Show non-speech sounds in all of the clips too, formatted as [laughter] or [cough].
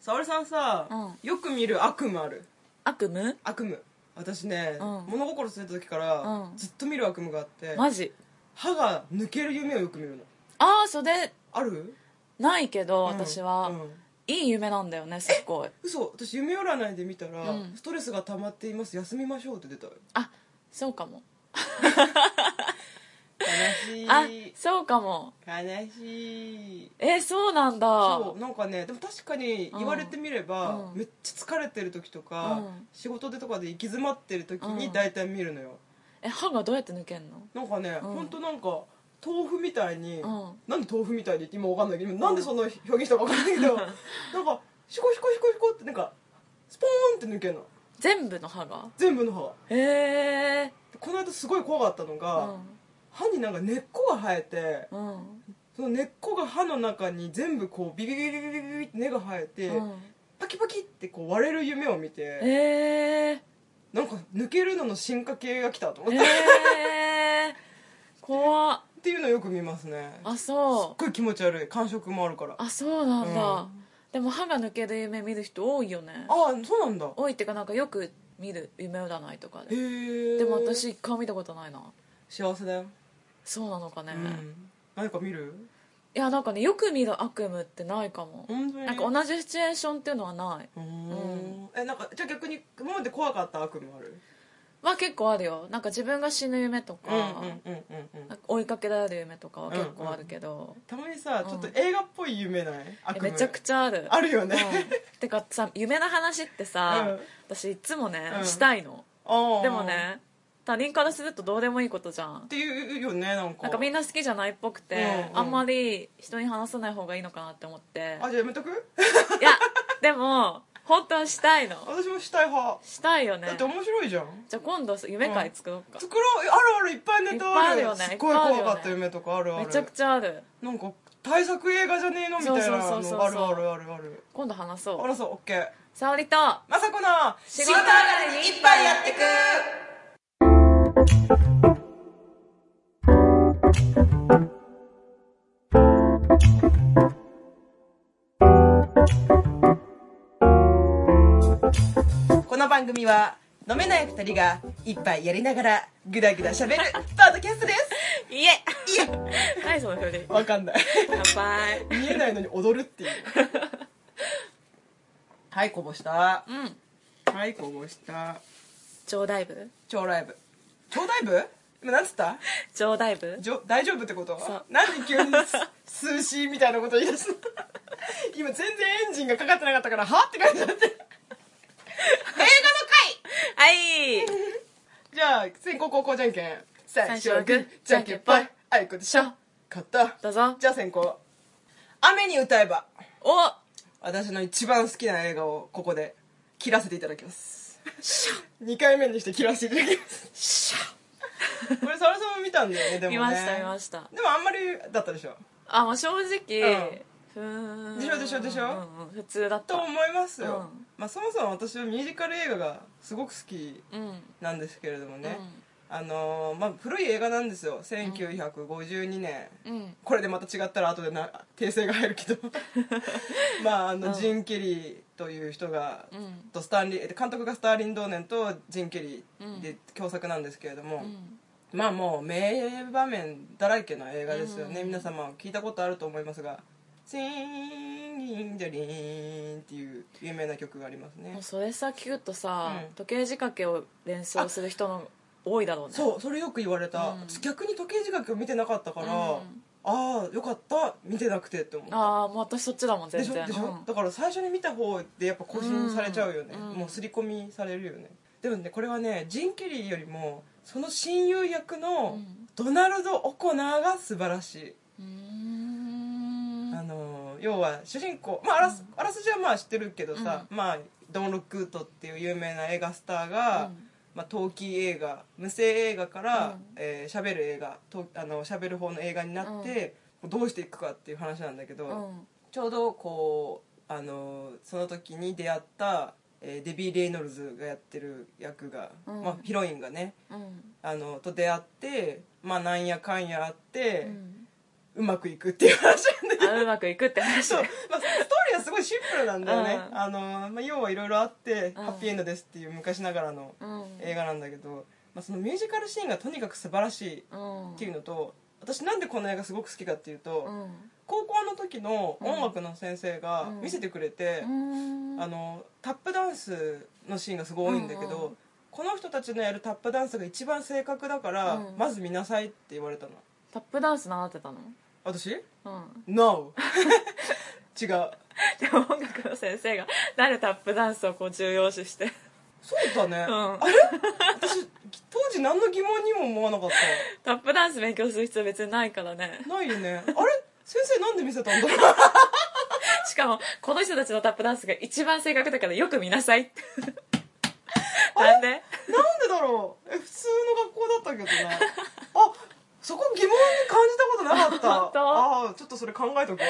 沙織さんさ、うよく見る悪夢ある悪夢悪夢私ね、うん物心ついた時から、うんずっと見る悪夢があってマジ歯が抜ける夢をよく見るのああそれあるないけど私は、うんうんいい夢なんだよねすっごい嘘私夢占いで見たら、うんストレスが溜まっています休みましょうって出たよあそうかもあ悲しいそうかも悲しいえそうなんだそうなんかねでも確かに言われてみれば、うんめっちゃ疲れてる時とか、うん仕事でとかで行き詰まってる時うにん大体見るのよ、え歯がどうやって抜けんのなんかね、うんほんとなんか豆腐みたいに、うんなんで豆腐みたいにって今わかんないけど今なんでそんな表現したかわかんないけどなんかシコシコシコシコってなんかスポーンって抜けるの全部の歯が全部の歯がへえでこの間すごい怖かったのが、歯になんか根っこが生えてうんうんその根っこが歯の中に全部こうビビビビビビビビって根が生えて、うんパキパキってこう割れる夢を見てえーなんか抜けるのの進化系が来たと思って、 [laughs] えー怖っっていうのよく見ますねすっあそうごい気持ち悪い感触もあるからああそうなんだ、うでも歯が抜ける夢見る人多いよねあそうなんだ多いっていうかなんかよく見る夢占いとかへでえでも私一回も見たことないな幸せだよ、そうなのかね、ういん、何か見るやなんかねよく見る悪夢ってないかも本当になんか同じシチュエーションっていうのはないうーんえなんかじゃあ逆に今まで怖かった悪夢あるまあ結構あるよなんか自分が死ぬ夢とうか,、んうんうんなんか追いかけられる夢とかは結構あるけど、たまにさちょっとうん映画っぽい夢ない悪え夢めちゃくちゃあるあるようんね、てかさ夢の話ってさ、うん私いつもね、うんしたいの [laughs] あーでもね他人からするとどうでもいいことじゃんっていうよねなんかなんかみんな好きじゃないっぽくて、うんうんあんまり人に話さない方がいいのかなって思ってあじゃあやめとく [laughs] [laughs] いやでも本当はしたいの私もしたい派したいよねだって面白いじゃんじゃあ今度さ夢会作ろうか、作ろうあるあるいっぱいネタあるいっぱいあるよねすっごい怖かいっぱいあったるよ夢とかあるあるめちゃくちゃあるなんか大作映画じゃねえのみたいなのそうそうそうそうあるあるあるある今度話あそうらそうオッケー沙織とまさこの仕事上がりに一杯やってくこの番組は飲めない二人が一杯やりながらぐだぐだしゃ [laughs] べるパートキャストですいえ何その振りわかんない乾杯見えないのに踊るっていうはいこぼした [laughs] うんはいこぼした超大部超ライブ超ライブ今なんつった超大部じょ大丈夫ってことそうなんで急にす数詞みたいなこと言い出す [laughs] の今全然エンジンがかかってなかったからはって感じになって映画の回はいじゃあ先攻後攻じゃんけん最最初はグーじゃんけんぽいあいこでしょ勝ったどうぞじゃあ先行雨に歌えばお私の一番好きな映画をここで切らせていただきます2回目にして切らせていただきますしゃこれサラさんも見たんだよねでもね見ました見ましたでもあんまりだったでしょあまあ正直、ふーんでしょでしょでしょうんうん、普通だっとた思いますよ、うんまあ、そもそも私はミュージカル映画がすごく好きうんなんですけれどもね、あのーまあ、古い映画なんですよ1952年、うんうんこれでまた違ったら後でな訂正が入る [laughs] けどまああの、うんジン・ケリーという人が、うんとスタンリーえっと監督がスターリン・ドーネンとジン・ケリーうで共作なんですけれども、うんまあもう名場面だらけの映画ですよね、うん皆様聞いたことあると思いますが「シーンギンジャリーン」っていう有名な曲がありますね、もうそれさ聞くとさ、うん時計仕掛けを連想する人の多いだろうねそうそれよく言われた、うん私逆に時計仕掛けを見てなかったから、うんああよかった見てなくてって思ったああもう私そっちだもんで全しょ然でしょ、うんだから最初に見た方でやっぱ更新されちゃうよね、うんもう刷り込みされるよねでもねこれはねジン・ケリーよりもその親友役のうんドナルド・オコナーが素晴らしい、うーんあの要は主人公、まあ、あらすあらすじはまあ知ってるけどさ、まあ、ドン・ロックウッドっていう有名な映画スターが、うんまあ、陶器映画無声映画から、うんえー、喋る映画とあの喋る方の映画になって、どうしていくかっていう話なんだけど、うんちょうどこうあのその時に出会った、えーデビー・レイノルズがやってる役が、うんまあ、ヒロインがねうんあのと出会って、まあ、なんやかんやあって。うんうまくいくっていう話なんだけどあうまくいくって話そう、まあ、ストーリーはすごいシンプルなんだよね、うんあのまあ、要はいろいろあって、うんハッピーエンドですっていう昔ながらのうん映画なんだけど、まあ、そのミュージカルシーンがとにかく素晴らしいうんっていうのと私なんでこの映画すごく好きかっていうと、うん高校の時の音楽の先生がうん見せてくれて、うんあのタップダンスのシーンがすごい多いんだけど、うんうんこの人たちのやるタップダンスが一番正確だから、うんまず見なさいって言われたのタップダンス習ってたの私うん ?No [laughs] 違うでも音楽の先生が誰タップダンスをこう重要視してそうだ [laughs] ね、うんあれ私当時何の疑問にも思わなかっタップダンス勉強する必要別にないからねたないよねあれ先生なんで見せたんだろうしかもこの人たちのタップダンスが一番正確だからよく見なさいって [laughs] なんでなんでだろうえ普通の学校だったけどねあそこ疑問に感じたことなかった本当ああちょっとそれ考えとくわ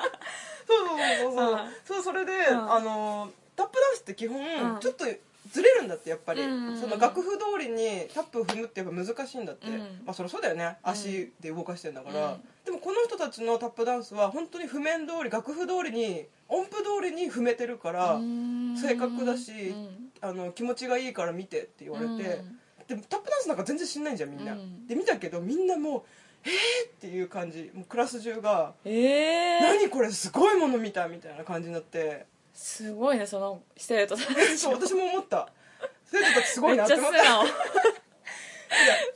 [laughs] そうそうそうそうそうそれで、うんあのタップダンスって基本、うんちょっとずれるんだってやっぱり、うんうんうんその楽譜通りにタップを踏むってやっぱ難しいんだって、うんまあそりゃそうだよね足で動かしてんだから、うんでもこの人たちのタップダンスは本当に譜面通り楽譜通りに音符通りに踏めてるから、正確だしうんあの気持ちがいいから見てって言われて、うんでもタップダンスなんか全然知んないじゃんみんな、うんで見たけどみんなもう「えー!」っていう感じもうクラス中がえ「え何これすごいもの見た」みたいな感じになってすごいねその生徒たちそう私も思った生徒たちすごめいなっっちてゃ思っ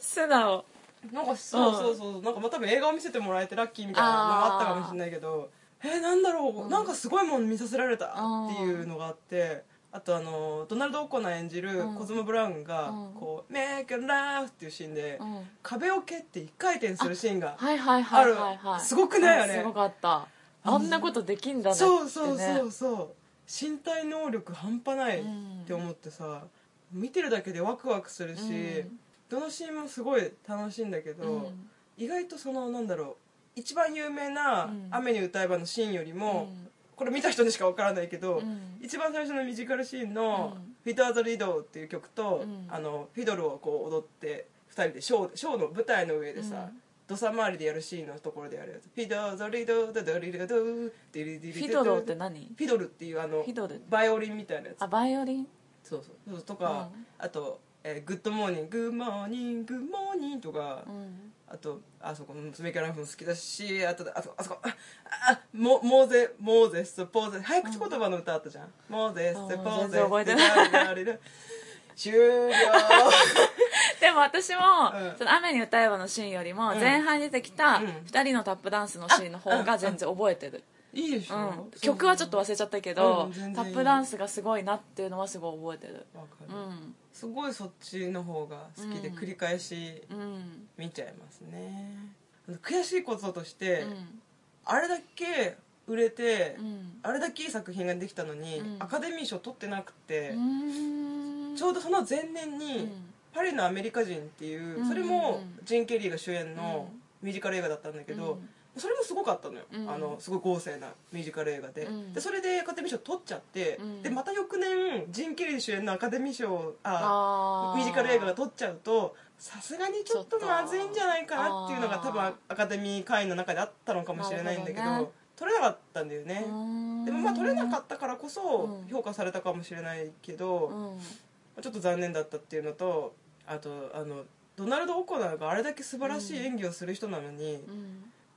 素た直素直なんかそうそうそうなんかまあ多分映画を見せてもらえてラッキーみたいなのがあったかもしれないけどえー、なんだろう、うんなんかすごいもの見させられたっていうのがあってあとあのドナルド・オコナー演じるうんコズモ・ブラウンがうんこう「メイク・ラフ」っていうシーンでうん壁を蹴って一回転するシーンがはいはいはいはいはあいるすごくないあれうんすごかったあんなことできんだねってねそうそうそうそう身体能力半端ないって思ってさ、見てるだけでワクワクするし、うんどのシーンもすごい楽しいんだけど、うん意外とそのなんだろう一番有名なうん「雨に歌えば」のシーンよりも、うんこれ見た人にしかわからないけど、うん一番最初のミュージカルシーンのうん「フィド・アザ・リド」っていう曲と、うんあのフィドルをこう踊って2人でショーショーの舞台の上でさ、うん土佐回りでやるシーンのところでやるやつ「フィド・アザ・リド・ダダリドドゥディリディリフドゥィドローって何フィドルっていうあのフィドルバイオリンみたいなやつあバイオリンそうそうそうとか、うんあと、えーグッドモーニング」「グッモーニング」「グッモーニング」とか、うんあとあそこの爪キャラフも好きだしあとあそこあそこああモモーゼモーゼスポーゼ早口言葉の歌あったじゃん、モーゼスポうんー全ゼ然覚えてないい終了 [laughs] でも私もうん「その雨に歌えば」のシーンよりもうん前半に出てきたうん2人のタップダンスのシーンの方が全然覚えてるいいでしうょ、ん曲はちょっと忘れちゃったけうどん全然いいタップダンスがすごいなっていうのはすごい覚えてるわかうる、んすごいそっちの方が好きでうん繰り返しうん見ちゃいますね、あの悔しいこととして、うんあれだけ売れて、うんあれだけいい作品ができたのに、うんアカデミー賞取ってなくて、うんちょうどその前年に、うんパリのアメリカ人っていう、うんそれもジン・ケリーが主演のうんミュージカル映画だったんだけど、うんそれもすごかったのよ、うんあのすごい豪勢なミュージカル映画で,、うんでそれでアカデミー賞取っちゃって、うんでまた翌年ジン・ケリー主演のアカデミー賞ああミュージカル映画が取っちゃうとさすがにちょっとちょっとまずいんじゃないかなっていうのがあー多分アカデミー会員の中であったのかもしれないんだけどなるほどね取れなかったんだよね、でもまあ取れなかっったからこそうん評価されたかもしれないけど、ちょっと残念だったっていうのとあとあのドナルド・オコナーがあれだけ素晴らしい演技をする人なのに、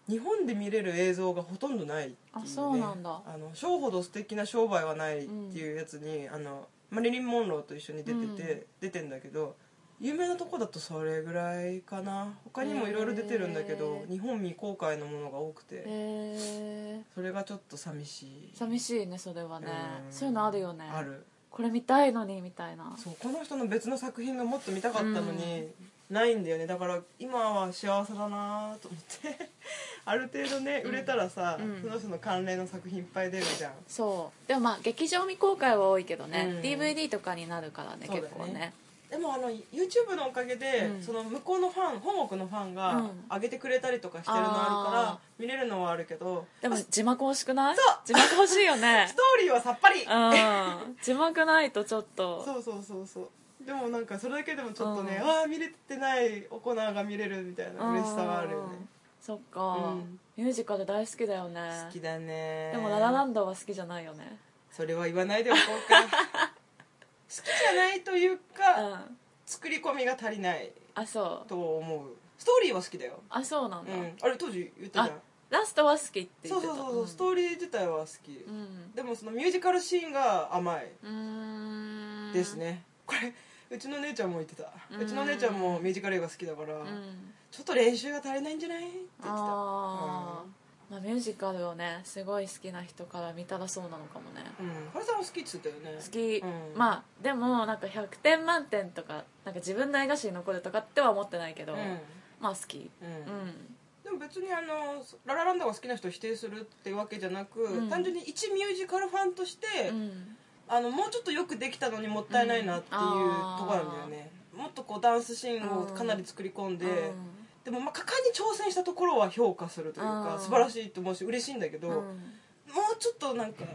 日本で見れる映像がほとんどないっていう、ね、あそうなんだあのショーほど素敵な商売はないっていうやつに、あのマリリン・モンローと一緒に出てて、うん出てんだけど有名なとこだとそれぐらいかな他にもいろいろ出てるんだけどへ、ー日本未公開のものが多くて、えそれがちょっと寂しい寂しいねそれはねうんそういうのあるよねあるこれ見たいのにみたいなそうこの人の別の作品がもっと見たかったのに、ないんだよねだから今は幸せだなと思って [laughs] ある程度ね売れたらさ、うんその人の関連の作品いっぱい出るじゃんそうでもまあ劇場未公開は多いけどうねん DVD とかになるからねそうだね結構ねでもあの YouTube のおかげで、うんその向こうのファン本国のファンがうん上げてくれたりとかしてるのあるから、あ見れるのはあるけどでも字幕欲しくないそう字幕欲しいよ [laughs] ねストーリーはさっぱり、うん字幕ないとちょっとそうそうそうそうでもなんかそれだけでもちょっとね、うんああ見れてないオコナーが見れるみたいな嬉しさがあるよねうんそっか、うんミュージカル大好きだよね好きだねでもララランドは好きじゃないよねそれは言わないでおこうか [laughs] 好きじゃないといううか、ん作り込みが足りないあそうと思うストーリーは好きだよ、あそうなんうだ、ん、あれ当時言ったじゃんラストは好きって言そっうてたそうそうそう、んストーリー自体は好き、うんでもそのミュージカルシーンが甘いうーんですね、これうちの姉ちゃんも言ってた、ううんちの姉ちゃんもミュージカル映画好きだから、うんちょっと練習が足りないんじゃないって言ってたあーまあミュージカルをねすごい好きな人から見たらそうなのかもねうん原さんも好きって言ってたよね好き、うんまあでもなんか100点満点とかなんか自分の映画史に残るとかっては思ってないけど、うまあ好きん、ううんんでも別にあのララランドが好きな人を否定するってわけじゃなく、うん単純に一ミュージカルファンとして、うんあのもうちょっとよくできたのにもったいないなっていうところなんだよね、もっとこうダンスシーンをかなり作り込んで、でもまあ果敢に挑戦したところは評価するというか、うん素晴らしいと思うし嬉しいんだけど、うんもうちょっとなんか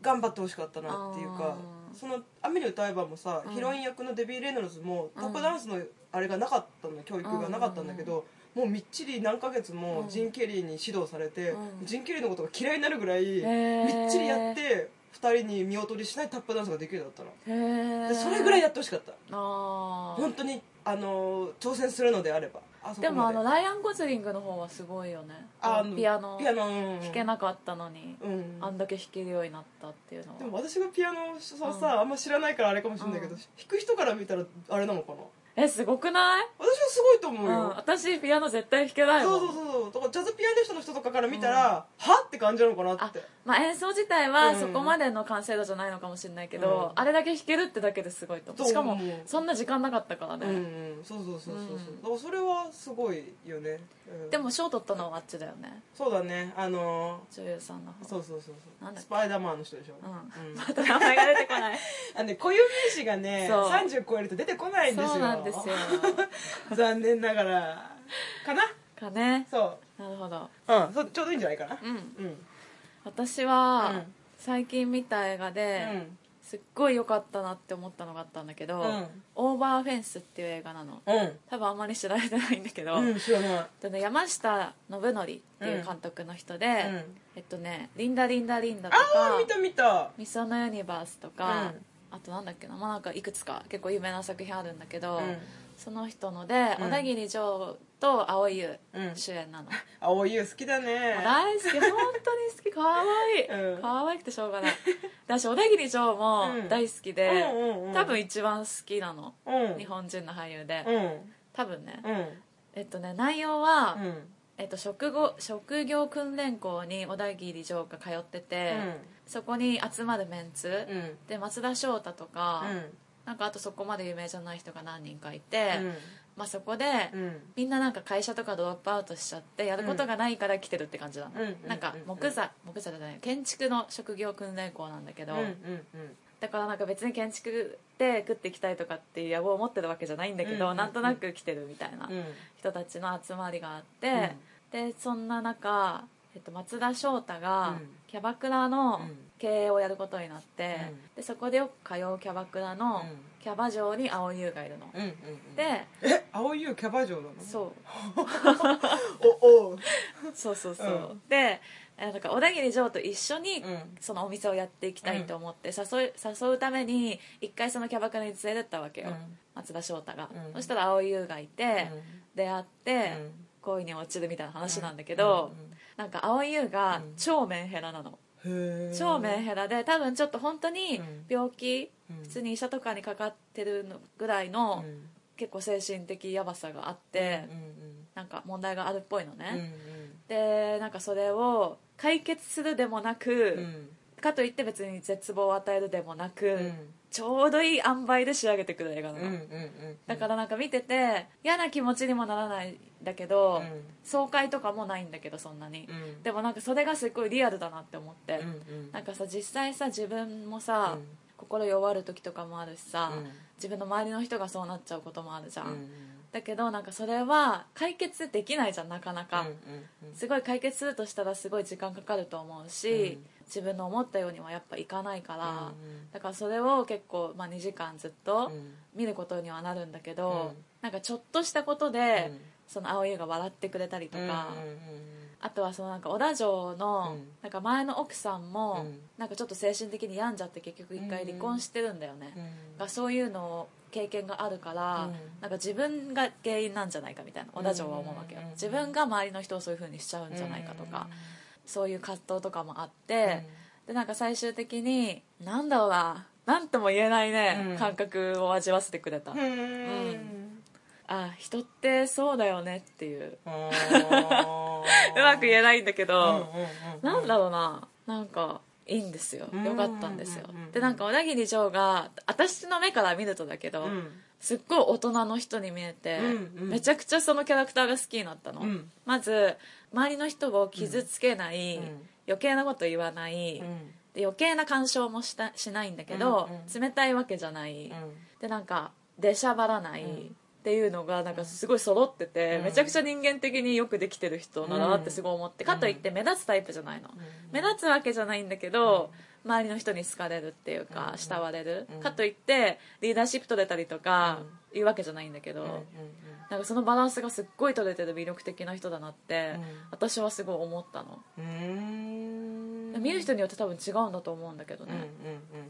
頑張ってほしかったなっていうか、うんその「雨に歌えば」もさ、うんヒロイン役のデビー・レイノルズもうんトップダンスのあれがなかったんだ教育がなかったんだけど、もうみっちり何ヶ月もジン・ケリーに指導されて、うんジン・ケリーのことが嫌いになるぐらいみへーっちりやって2人に見劣りしないタップダンスができるようになっへえたのでそれぐらいやってほしかったあ本当にあの挑戦するのであればあそこまあででもあのライアン・ゴズリングの方はすごいよねあピアノピアノうん弾けなかったのに、うんあんだけ弾けるようになったっていうのはでも私がピアノをさ、うんあんま知らないからあれかもしれないけど、うん弾く人から見たらあれなのかなえすごくない、私はすごいと思ううよ、ん、私ピアノ絶対弾けないもそんうそうそうそうだからジャズピアニストの人とかから見たら、はって感じなのかなってまあ、演奏自体うはんそこまでの完成度じゃないのかもしれないけうど、んあれだけ弾けるってだけですごいと思うそうしかも思うそんな時間なかったからうん、うね、ん、そうそうそうそうそう、うんだからそれはすごいよね、うんでも賞取ったのはあっちだよねそうだねあの女優さんの方ーそうそうそうそなうんだっけスパイダーマンの人でしょ、うん、うんまた名前が出て [laughs] こないあのね固有名詞がねそう30超えると出てこないんですよそうなんですよ残念ながらかなかねそなるほどううんそうちょうどいいんじゃないかなうんうん私は、うん最近見た映画で、すっごい良かったなって思ったのがあったんだけど「うんオーバーフェンス」っていう映画なのうん多分あんまり知られてないんだけど、うん知らないえっとね、山下信則っていう監督の人で、うんえっとね「リンダリンダリンダ」とあかあ見た見たミスオのユニバースとか、うんあとなんだっけな、まあ、なんかいくつか結構有名な作品あるんだけど、うんその人ので、うん小田切丈と蒼井優うん主演なの、青い湯好きだね大好き本当に好きかわいい、うんかわいくてしょうがない私小田切丈もうん大好きで、うんうんうん多分一番好きなの、うん日本人の俳優で、うん多分ね、うんえっとね内容は、うんえっと、職業職業訓練校に小田切丈が通ってて、そこに集まるメンツ、うんうんで松田翔太とか、うんなんかあとそこまで有名じゃない人が何人かいて、うんまあ、そこで、うんみんななんか会社とかドロップアウトしちゃってやることがないから来てるって感じなの、うんなんか木材木材じゃない建築の職業訓練校なんだけうど、んうんうんだからなんか別に建築で食っていきたいとかっていう野望を持ってるわけじゃないんだけど、うんなんとなく来てるみたいなうん人たちの集まりがあって、でそんな中、えっと、松田翔太うがんキャバクラのうん経営をやることになって、うんでそこでよく通うキャバクラうのんキャバ嬢に青優がいるの、うんうんうんでえ青い湯キャバ嬢なのそうおおうそうそうそう、うでえなんか小田切丈と一緒にうんそのお店をやっていきたいと思って誘い誘うために一回そのキャバクラに連れてったわけよ、うん松田翔太が、うんそしたら蒼井優がいて、うん出会って、うん恋に落ちるみたいな話なんだけど、なんか蒼井優がうん超メンヘラなの、うんうんへえ超メンヘラで多分ちょっと本当にうん病気、うん普通に医者とかにかかってるのぐらいの、うん結構精神的やばさがあって、うんなんか問題があるっぽいのね、うんうんでなんかそれを解決するでもなくう、んかといって別に絶望を与えるでもなく、うんちょうどいい塩梅で仕上げてくる映画なうんの、うんうんだからなんか見てて嫌な気持ちにもならないんだけど、うん爽快とかもないんだけどそんなに、うんでもなんかそれがすごいリアルだなって思って、うんうんなんかさ実際さ自分もさ、うん心弱る時とかもあるしさ、うん自分の周りの人がそうなっちゃうこともあるじゃん、うんだけどなんかそれは解決できないじゃんなかなか、うんうんすごい解決するとしたらすごい時間かかると思うし、うん自分の思ったようにはやっぱいかないうんうから、んだからそれを結構、まあ、2時間ずっとうん見ることにはなるんだけど、うんなんかちょっとしたことでうんその蒼井優が笑ってくれたりとか、うんうんあとはそのなんか小田城のうんなんか前の奥さんもうんなんかちょっと精神的に病んじゃって結局一回離婚してるんだよね、うんうんがそういうのを経験があるから、うんなんか自分が原因なんじゃないかみたいな小田城は思うわけよ、うん自分が周りの人をそういう風にしちゃうんじゃないかとか、そういう葛藤とかもあっうんて、でなんか最終的になんだろうななんとも言えないね、うん感覚を味わわせてくれた、うんあうんあ人ってそうだよねって [laughs] いうあうーまく言えないんだけうんど、うんうんなんだろうななんかいいんですようんよかったんですよ、うんでなんか小田切城が私の目から見るとだけど、うんすっごい大人の人に見えて、うんうんめちゃくちゃそのキャラクターが好きになったの、うんまず周りの人を傷つけない、うん余計なこと言わない、うんで余計な干渉もしたしないんだけど、うんう冷たいわけじゃない、うんでなんか出しゃばらない、うんっていうのがなんかすごい揃ってて、うんめちゃくちゃ人間的によくできてる人だなってすごい思って、うんかといって目立つタイプじゃないの、目立つわけじゃないんだけど、周りの人に好かれるっていうか、うん慕われる、うんかといってリーダーシップ取れたりとかいうわけじゃないんだけど、うんうんなんかそのバランスがすっごい取れてる魅力的な人だなって、うん私はすごい思ったの、うんうん見る人によって多分違うんだと思うんだけどうんうんうんね、うん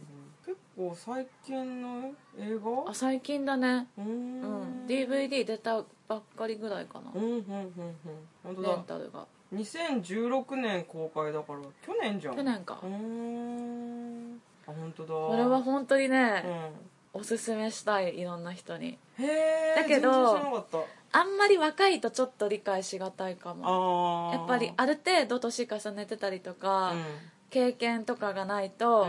結構最近の映画あ最近だね、ううんんうん DVD 出たばっかりぐらいかな、うんうんうんうん本当レンだタルが2016年公開だから去年じゃん去年か、うーんあ本当だこれは本当にね、うおすすめしたいいろんな人にんへえだけ全然ど知らなかったあんまり若いとちょっと理解しがたいかもあやっぱりある程度年重ねてたりとか、経験とかがないと、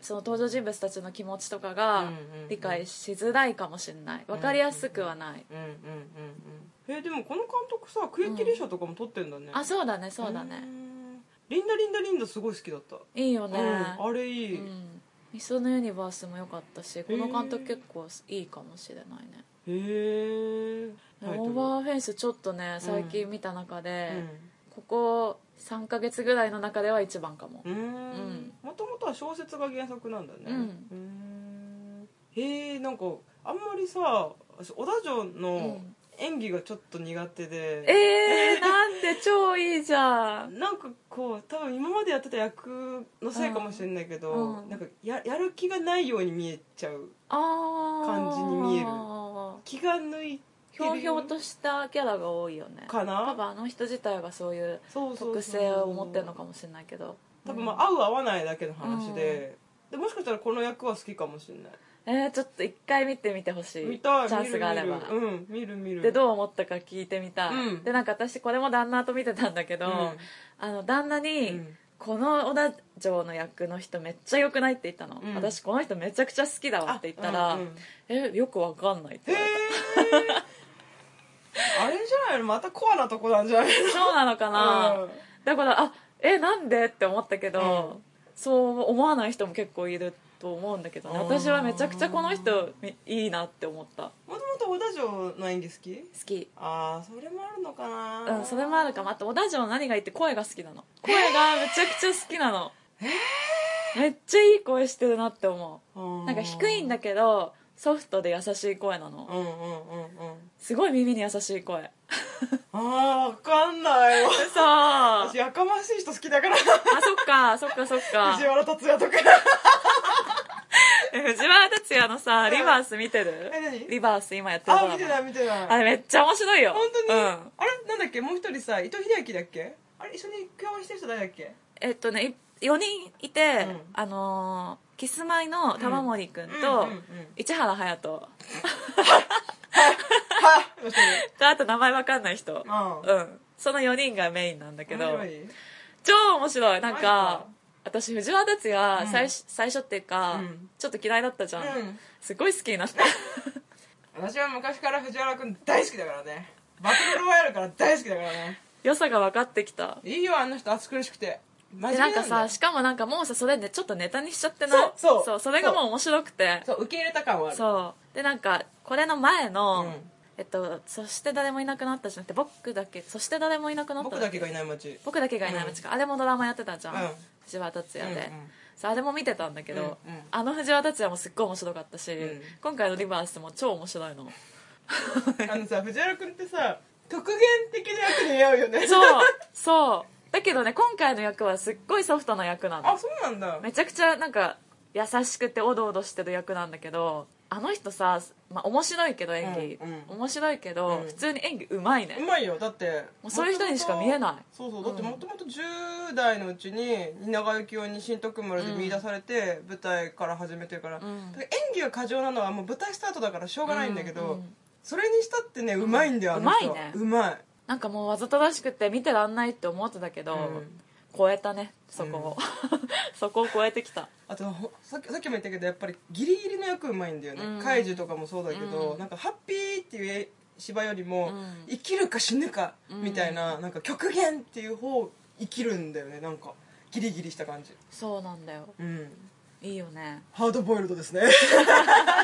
その登場人物たちの気持ちとかが理解ししづらいかもしれない分かりやすくはない、うんうんうんうんえでもこの監督さ「クイッキリシャ」とかも撮ってんだねあそうだねそうだね、んリンダリンダリンダすごい好きだったいいよね、うんあれういいんミスのユニバースも良かったしこの監督結構いいかもしれないねへえタイトオルーバーフェンスちょっとね最近見た中で、ここ3ヶ月ぐらいの中では一番かも、うんうんもともとは小説が原作なんだねうんうんへえんかあんまりさ私小田城のうん演技がちょっと苦手で、えー、なんで超いいじゃんなんかこう多分今までやってた役のせいかもしれないけど、うんうんなんかややる気がないように見えちゃうあー感じに見える気が抜いひょうひょうとしたキャラが多いよねか多な分あの人自体がそういうそうそうそう特性を持ってるのかもしれないけど多分まあ合う合わないだけの話で,、でもしかしたらこの役は好きかもしれないえー、ちょっと一回見てみてほしい見たいチャンスがあれば、見る見るうん見る見るでどう思ったか聞いてみたい、うんでなんか私これも旦那と見てたんだけど、あの旦那に、うんうんこの小田城の役の人めっちゃ良くないって言ったの、うん私この人めちゃくちゃ好きだわって言ったら、あうんうんえよくわかんないってへえ言われたあれじゃないのまたコアなとこなんじゃないそうなのかな、うんだからあえなんでって思ったけど、うそう思わない人も結構いると思うんだけどねあー私はめちゃくちゃこの人みいいなって思った好もともと小田城の演技好ききああそれもあるのかなうんそれもあるかもあと小田城の何がいいって声が好きなの声がめちゃくちゃ好きなの、めっちゃいい声してるなって思うなんか低いんだけけどソフトで優しい声なのうんうんうんうんすごい耳に優しい声あーわかんないわ嘘 [laughs] あ私やかましい人好きだからそっかそっかそっか藤原竜也とかえ藤原竜也のさリバース見てるえ何リバース今やってるあドー見てラなマい見てないあれめっちゃ面白いよ本当に、うあんれなんだっけもう一人さ伊藤英明だっけあれ一緒に共演してる人誰だっ [laughs] けえっとねい4人いて、うんあのーキスマイの玉森君と、うんうんうん市原隼人はっとあと名前わかんない人うんうんその4人がメインなんだけど面白い超面白いなんマジかか私藤原竜也うん最,、最初っていうか、うんちょっと嫌いだったじゃん、うんすごい好きになった私は昔から藤原君大好きだからねバトルロワイヤルから大好きだからね良さが分かってきたいいよあの人暑苦しくてマでジなんかさしかもなんかもうさそれねちょっとネタにしちゃってないそうそうそうそれがもう面白くてそう受け入れた感はあそうるでなんかこれの前の、うんえっと「そして誰もいなくなった」じゃなくて「僕だけ」「そして誰もいなくなった」僕だけがいない [laughs] 街僕だけがいない街か、あれもドラマやってたじゃん、うん藤原竜う也で、んうんそうあれも見てたんだけど、うんうんあの藤原竜也もすっごい面白かったし、ん [laughs] 今回の「リバース」も超面白いのあのさ藤原君ってさ極限的な役に似合うよね [laughs] そうそうだけどね今回の役はすっごいソフトな役な [laughs] のあそうなんだめちゃくちゃなんか優しくておどおどしてる役なんだけどあの人さ、まあ、面白いけど演技、うんう面白いけど、うん普通に演技うまいうねまいよだってもうそういう人にしか見えないそうそうだってもともと10代のうちに長幸雄に新徳丸で見出されて舞台から始めてるから,、ん演技が過剰なのはもう舞台スタートだからしょうがないんだけど、うんうんそれにしたってねうまいんだよ、うんあの人うまいねうまいなんかもうわざとらしくて見てらんないって思ってたけど、うん超えたねそこを、 [laughs] そこを超えてきたあとほさっきさっきも言ったけどやっぱりギリギリの役うまいんだよね、うん怪獣とかもそうだけど、うんなんかハッピーっていう芝よりも、うん生きるか死ぬかうんみたいな,、なんか極限っていう方を生きるんだよねなんかギリギリした感じそうなんだようんいいよねハードボイルドですねまあ見た目は全然ハ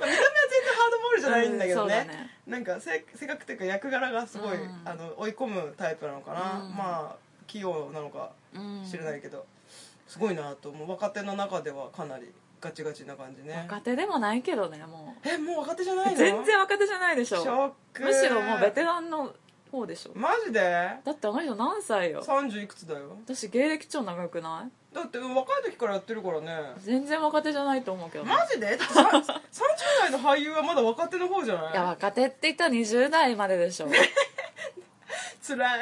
ードボイルドじゃないんだけどね,、うんそうだねなんかせ性格っていうか役柄がすごい、うんあの追い込むタイプなのかな、うんまあ器用なのかうん知らないけど、すごいなと思う若手の中ではかなりガチガチな感じね若手でもないけどねもえもう若手じゃないうの全然若手じゃないでしショょックむしろもうベテランの方でしょマジでだってあの人何歳よ30いくつだよ私芸歴超長くなだってうん若い時からやってるからねい全然若手じゃないと思うけどねマジでだってさ30代の俳優はまだ若手の方じゃないいや若手って言ったら20代まででしょつらい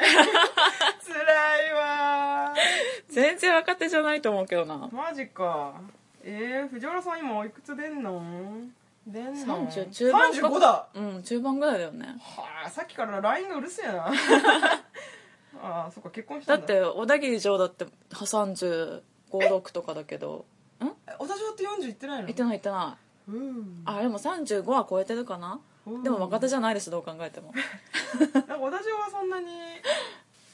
つらいわ [laughs] 全然若手じゃないと思うけどなーマジかえー、藤原さん今おいくつ出んの出んの30中盤35だうん中盤ぐらいだよねはあさっきから LINE がうるせえな [laughs] ああそっか結婚しだたんっだて小田切城だって356とかだけどんえお田島って40いってないのいってないいってないうんあでも35は超えてるかなうんでも若手じゃないですどう考えて [laughs] もなんか私はそんなに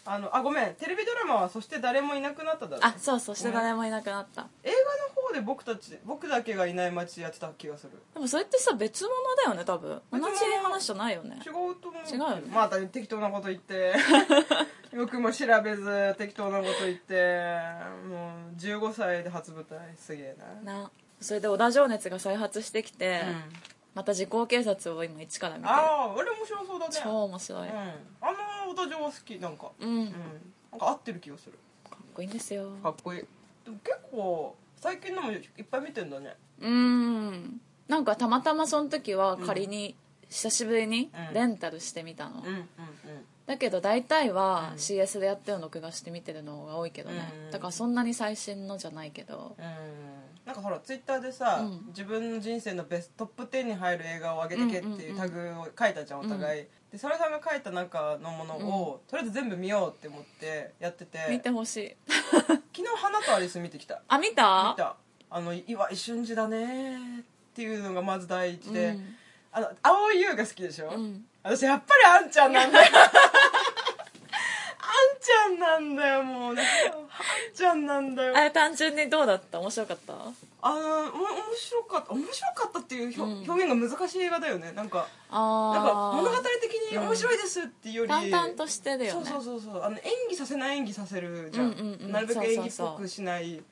あのあごめんテレビドラマは「そして誰もいなくなった」だろあそうそうして誰もいなくなった映画の方で僕たち僕だけがいない街やってた気がするでもそれってさ別物だよね多分同別じ物話じゃないよね違うと思うけど違うよねまた適当なこと言って [laughs] よくも調べず適当なこと言ってもう15歳で初舞台すげえななそれで小田情熱が再発してきて、うんまた時効警察を今一から見てるあああれ面白そうだね超面白ういん、あの歌嬢は好きなんかうん、うんかなんか合ってる気がするっこいいんですよかっこいいでも結構最近のもいっぱい見てんだねうんなんかたまたまその時は仮に、久しぶりにうんレンタルしてみたうの、んうんうんだけど大体はうん CS でやってるの録画して見てるのが多いけどね、うんだからそんなに最新のじゃないけどうんなんかほらツイッターでさ、うん自分の人生のベストトップ10に入る映画を上げてけっていうタグを書いたじゃんお互い、でそれさんが書いた中のものを、とりあえず全部見ようって思ってやってて見てほ [laughs] しい昨日「花とアリス」見てきたあ見た見たあの岩井俊二だねっていうのがまず第一で、うんあの蒼井優が好きでしょ、うん私やっぱりあんちゃんなんだよ [laughs] あんちゃんなんだよもうねあんちゃんなんだよあれ単純にどうだった面白かったあのお面白かった面白かったっていうひょ、うん表現が難しい映画だよねなんかあなんか物語あ的に面白いですっていうより、淡々としてだよそねうそうそうそうあの演技させない演技させるじゃん,、うんうんうんなるべくそう演そう技っそうぽくしない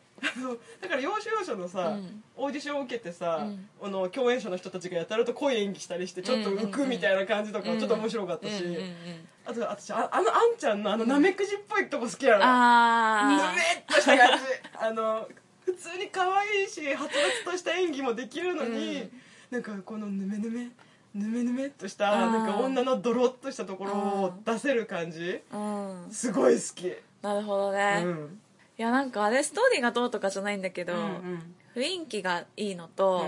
そうだから要所要所のさ、うんオーディションを受けてさ、うんあの共演者の人たちがやたらと濃い演技したりしてちょっと浮くみたいな感じとかうんちょっと面白かったし、うんうんうんあと私ああのあんちゃんのあのなめくじっぽいとこ好きやろ、ぬめあっとした感じあの普通に可愛いしはつらつとした演技もできるのに、うんなんかこのぬめぬめぬめぬめっとしたあーなんか女のドロッとしたところを出せる感じあうんすごい好き、なるほどうね、いんやなんかあれストーリーがどうとかじゃないんだけど、うん雰囲気がいいのうんと、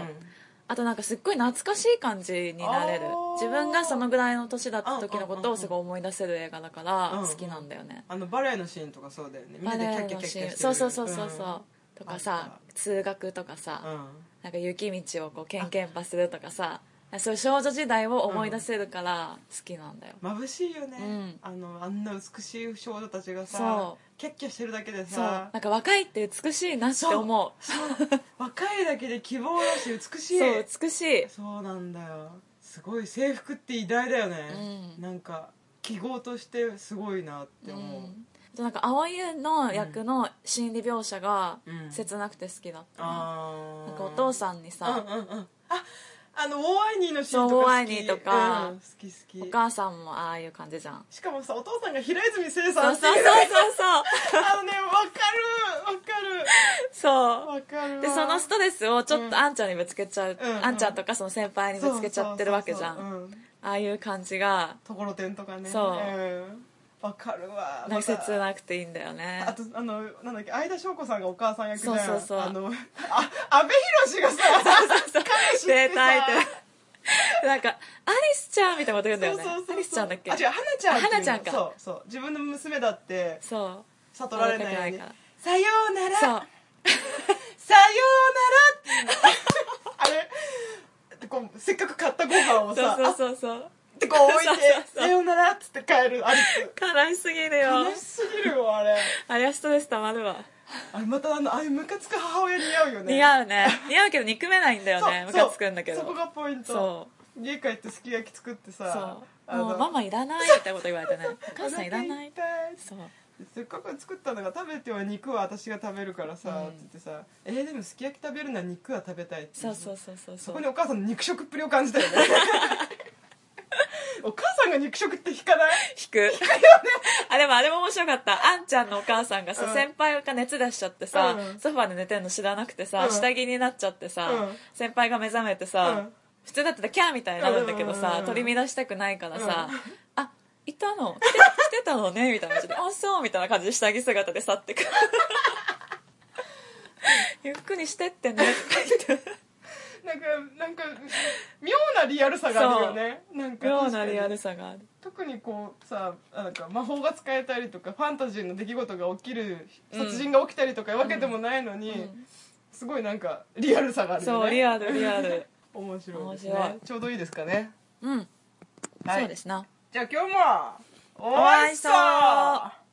あとなんかすっごい懐かしい感じになれるあー自分がそのぐらいの年だった時のこうんうんうんうとんをすごい思い出せる映画だかうんうんら好きなんだよね、あのバレエのシーンとかそうだよねみんなバでレキャエッキャのキャッシキャしてーンるそうそうそうそうそう、うんとかさ通学とかさ、うんなんか雪道をこうケンケンパするとかさそういう少女時代を思い出せるから好きなんだよ、眩しいよね、うんあのあんな美しい少女たちがさそキャッキャしてるだけでそうなさんか若いって美しいなって思う若いだけで希望だし美しいそう美しいそうなんだよすごい制服って偉大だよね、うんなんか記号としてすごいなってう思う、んあとなんか蒼井優の役の心理描写がうん切なくて好きだった、ああなんかお父さんにさ、うんうんうんあああのウォーアイニーのシーンそとうウォーかア好イきニーとかうん好きお好き母さんもああいう感じじゃんしかもさお父さんが平泉成そさんっうてそうそういそううあのねわかるそうそわかるわかるうわでそのストレスをちょっうんとあんちゃんにぶつけちゃう、うんあんちゃんとかその先輩にぶつけちゃってるわけじゃんそうそうそうそううああいう感じがところてんとかねそうんわかるわなんか切まなくていいんだよねたあとあのなんだっけ相田翔子さんがお母さん役じゃんそうそうそうあのあ阿部寛がさ [laughs] 彼氏って生さ態でなんか「アリスちゃん」みたいなこと言うんだよねアリスちゃんだっけあ違う花ちゃんっていうの花ちゃんかそうそう自分の娘だってそう悟られないようにわかってな「いからさようならそ」うさようならって [laughs] いうのあれこうせっかく買ったご飯をそさうそうそうそうあってこう置いてそうそう「そさうようなら」っつって帰るあれ悲しすぎるよ悲しすぎるわあれあれはストレスたまるわあれまたあのああいうムカつく母親似合うよね似合うね似合うけど憎めないんだよね [laughs] ムそうカつくんだけどそこがポイントそう家帰ってすき焼き作ってそうさあもうのママいらないみたいなこと言われ [laughs] てねお母さんいらおな腹い痛そうせっかく作ったのが食べては肉は私が食べるからさ、うんって言ってさ「えーでもすき焼き食べるなら肉は食べたい」ってそうそうそうそうそそこうにお母さんの肉食っぷりを感じた [laughs] よねお母さんが肉食って引かない引くあでもあれも面白かったあんちゃんのお母さんがさ、うん先輩が熱出しちゃってさ、うんソファーで寝てるの知らなくてさ、うん下着になっちゃってさ、うん先輩が目覚めてさ、うん普通だったらキャーみたいになるんだけどうんうんうんさ、うん取り乱したくないからさ、うあいたの来て来てたのねみたいな感じで「あそう」みたいな感じで下着姿で去っ [laughs] てくゆっくりしてって [laughs] ねって言ってなんかなんか妙なリアルさがあるよねなんか妙なリアルささがある特にこうさなんか魔法が使えたりとかファンタジーの出来事が起きるうん殺人が起きたりとかいうわけでもないのに、うんすごいなんかリアルさがあるよねそうリアルリアル面白いです面ね白いちょうどいいですかねうん、はいそうですなじゃあ今日もお会いそうう